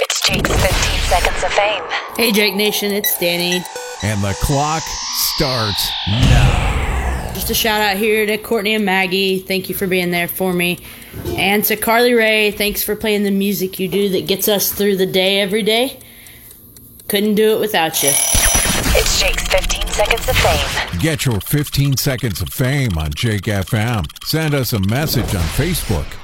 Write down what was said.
Jake's 15 Seconds of Fame. Hey, Jake Nation, it's Danny. And the clock starts now. Just a shout out here to Courtney and Maggie. Thank you for being there for me. And to Carly Ray, thanks for playing the music you do that gets us through the day every day. Couldn't do it without you. It's Jake's 15 Seconds of Fame. Get your 15 seconds of fame on Jake FM. Send us a message on Facebook.